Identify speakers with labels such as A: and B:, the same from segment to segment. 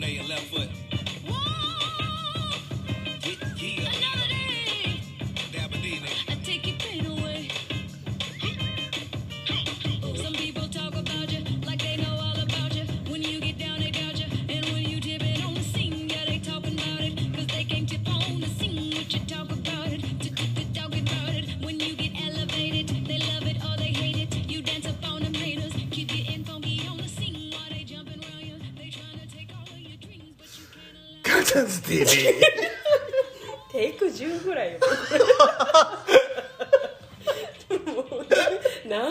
A: lay a left foot. Get yeah, Dabadina.
B: Talk about it, talk about it. When you get elevated, they love it or they hate it. You dance up on them haters, keep your in funky on the scene while they jumping around you. They trying to take all of your dreams, but you can't allow.
C: ガチャンスティー
D: テイク10ぐらいよもう何回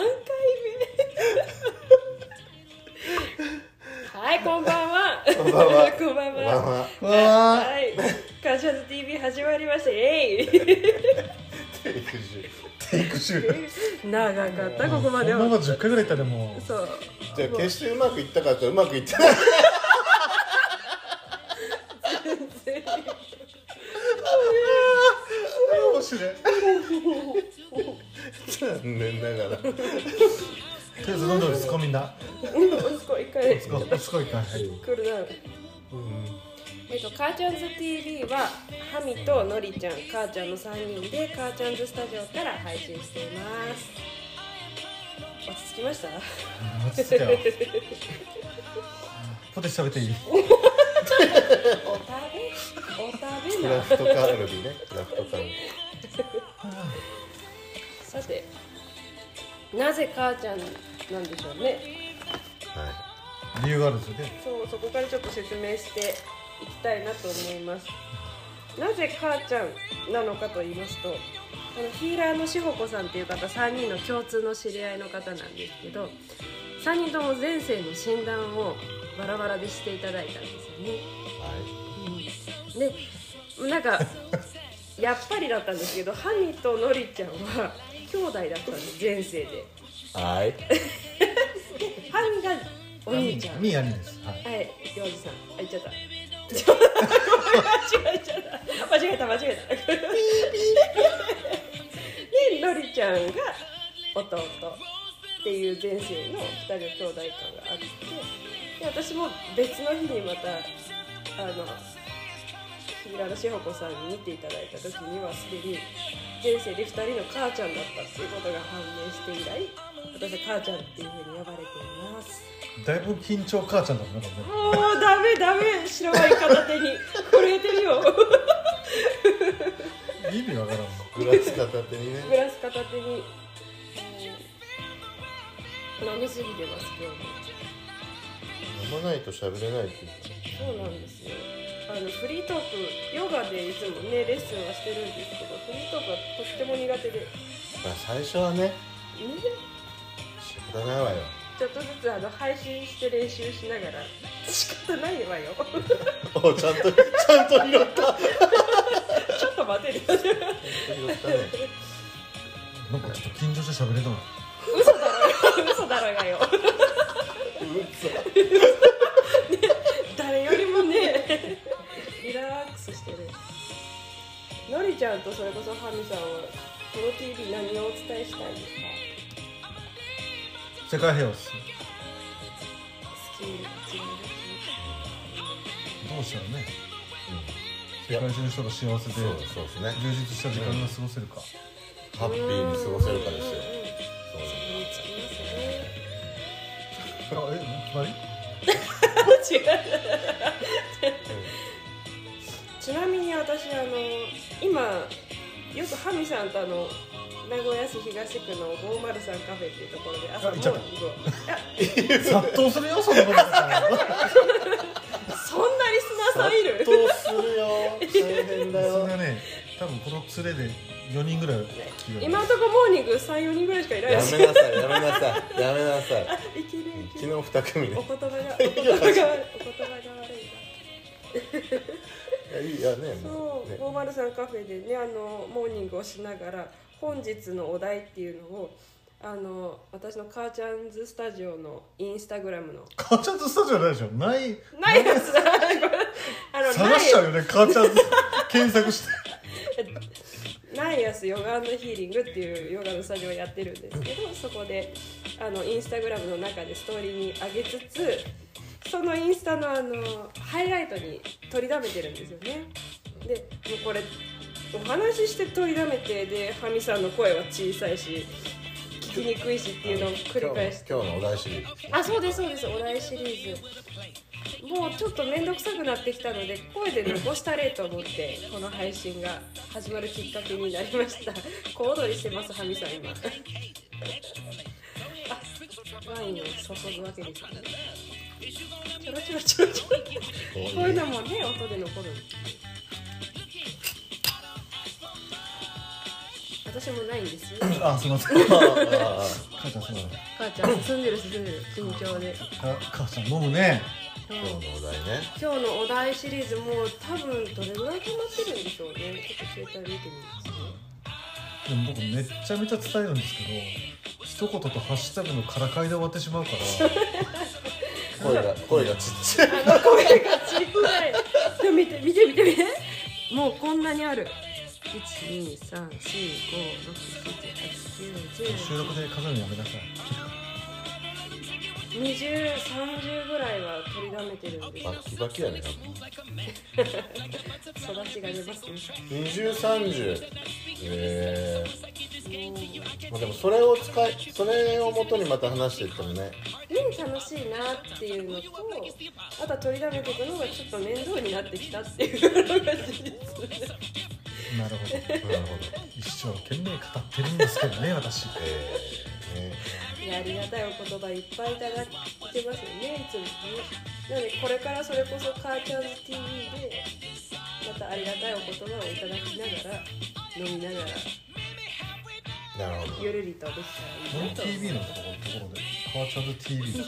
D: 目はいこんばんは
C: こんばんは
D: こんばんは
C: わんわ
D: は
C: わー
D: い「カシャズ TV」始まりましたえ
C: テイク10テイク10
D: い長かったここまで
E: そのまま
D: は
E: 10回ぐらいいったでも
D: そう
C: じゃあ決してうまくいったかってうまくいってない
E: 面白い
C: 残念ながら
E: とりあえず飲んでおりつこみんな
D: うんすごい一回
E: つこつこいかはい
D: クールダウンえっと、カーチャンズ TV はハミとノリちゃん、カーちゃんの3人でカーチャンズスタジオから配信しています落ち着きました
E: 落ち着いたよポテチ食べていい
D: お食べお食べ
C: クラ
D: な
C: フトカルビねクラフトカルビ
D: さてなぜカーちゃんなんでしょうね
C: は
E: 理由があるんですよね
D: そうそこからちょっと説明していきたいなと思いますなぜカーちゃんなのかと言いますとこのヒーラーのしほこさんっていう方3人の共通の知り合いの方なんですけど3人とも前世の診断をバラバラでしていただいたんですよね
C: いは
D: でなんかやっぱりだったんですけどハミとノリちゃんは兄弟だったんです前世で
C: いはい
D: ハミがお兄ちゃん
E: みー兄ですはい
D: はい、行司さん、あ、言っちゃった。間違えちゃった。間違えた、間違えた。で、のりちゃんが弟っていう前世の二人の兄弟感があって、で私も別の日にまたあの平野志保子さんに見ていただいた時にはすでに前世で二人の母ちゃんだったっていうことが判明して以来、私は母ちゃんっていうふうに呼ばれています。
E: だいぶ緊張母ちゃんだもんねこれね
D: もうダメダメ白ワイン片手に震えてるよ
E: 意味わからんもん
C: グラス片手にね
D: グラス片手に飲みすぎてます今
C: 飲まないと喋れないっていう
D: 日もそうなんですよあのフリートークヨガでいつもねレッスンはしてるんですけどフリートークはとっても苦手で、ね、
C: まあ最初はね仕方ないわよ
D: ちょっとずつあの配信して練習しながら仕方ないわよ
C: おちゃんとちゃんと拾った
D: ちょっと待てる
C: 拾ったね
E: なんかちょっと緊張して喋れたの
D: 嘘だろ嘘だろがよ誰よりもねリラックスしてるのりちゃんとそれこそハミさんはこの TV 何をお伝えしたいですか
E: 世界平和っす
D: 好き自分
E: どうしたらね
C: い
E: 世
C: や
E: 界中の人が幸せで
C: そうそうですね
E: 充実した時間が過ごせるか
C: ハッピーに過ごせるかですよ
E: あえ決まり
D: 違うちなみに私あの今よくハミさんとあの名古屋市東区の503カフェっていうところで朝
E: あ行っちゃった
D: あ
E: 殺到するよそ んなことだったら
D: そんなリスナーさんいる
C: どうするよ大変だ
E: そ
C: よ
E: れがね多分この連れで4人ぐらい来る
D: 今のところモーニング34人ぐらいしかいない
C: や
D: し
C: めなさいやめなさいやめなさい
D: いけるいけ
C: 昨
D: る
C: 日二組
D: お
C: ね
D: 言葉がお言葉が悪いお言葉が悪い
C: いやいいやね
D: な
C: もうね
D: そう503カフェでねあのモーニングをしながら本日のお題っていうのをあの私のカーチャンズスタジオのインスタグラムの
E: カーチャンズスタジオないでしょない
D: ないやつだあの
E: 探しちゃうよねカーチャンズ検索して
D: ナイアスヨガヒーリングっていうヨガのスタジオをやってるんですけどそこであのインスタグラムの中でストーリーに上げつつそのインスタのあのハイライトに取りだめてるんですよねでもうこれお話しして取りだめてでハミさんの声は小さいし聞きにくいしっていうのを繰り返して
C: 今日のお題シリーズですね
D: あそうですそうですお題シリーズもうちょっと面倒くさくなってきたので声で残したれと思ってこの配信が始まるきっかけになりました小踊りしてますハミさん今あワインを注ぐわけですねちょろちょろちょろちょろ
C: こう
D: こういう
C: いう
D: のもね音で残る私もないんですよ
E: あすいま せん
C: あああ
E: 母ちゃんそうだね
D: 母ちゃん進んでる進んでる慎重で
E: か母ちゃん飲むね
D: うん
C: 今日のお題ね
D: 今日のお題シリーズもう多分どれぐらい溜まってるんでしょうねちょっと携帯見てみますね
E: でも僕めっちゃめちゃ伝えるんですけど一言とハッシュタグのからかいで終わってしまうから
C: 声が声がちっちゃい
D: あの声がちっちゃい見て見て見て 見てもうこんなにある
E: 収録
D: 123456789102030
E: で数えるのやめなさい
D: ぐらいは取りだめてるんで
C: バッキバキやね
D: 育ちが出ますね
C: 2030えー、まあでもそれを使いそれをもとにまた話していってもね
D: うん楽しいなっていうのとあとは取りだめていくのがちょっと面倒になってきたっていうのが事実です
E: なるほど
C: なるほど
E: 一生懸命語ってるんですけどね私
C: えー、ね
D: いやありがたいお言葉いっぱいいただいてますよねいつもねなのでこれからそれこそ「カーチャーズ TV で」またありがたいお言葉をいただきながら飲みながら
C: なるほど
D: ゆるりとできたらい
E: ノ
D: い
E: ン
D: なと
E: TV のところところでカーチャーズ TV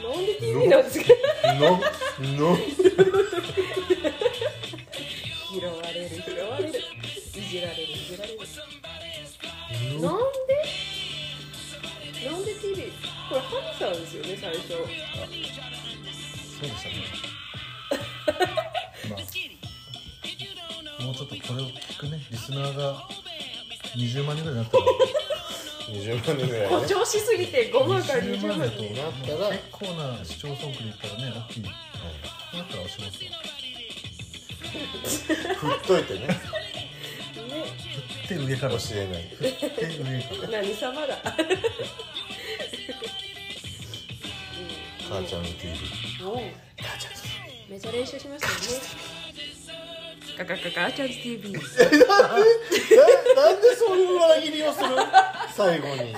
D: ノンで TV なんですけど
C: のの
D: 拾われる拾われるいじられるいじられるなんでなんで TV これハムさんですよね最初
E: そうでしたねまあもうちょっとこれを聞くねリスナーが20万人ぐらいになったら
C: 20万人ぐらい
D: 誇
C: ね
D: 張しすぎて5万から
E: 20
D: 20
E: 万
D: 万
E: だ
D: に
E: と
C: なったら
E: 結構な市町村区で言ったらね大きいそうなったらおしまいですよ
C: 振っといてね
D: ね
E: で上から
C: 教
E: 押し
C: えない
E: て上から
D: 何様だ。
C: 母ちゃんの TV
D: おうめっちゃ練習しましたよね。ガガガガチャンズ TV。
C: えなんでそういう裏切りをする最後に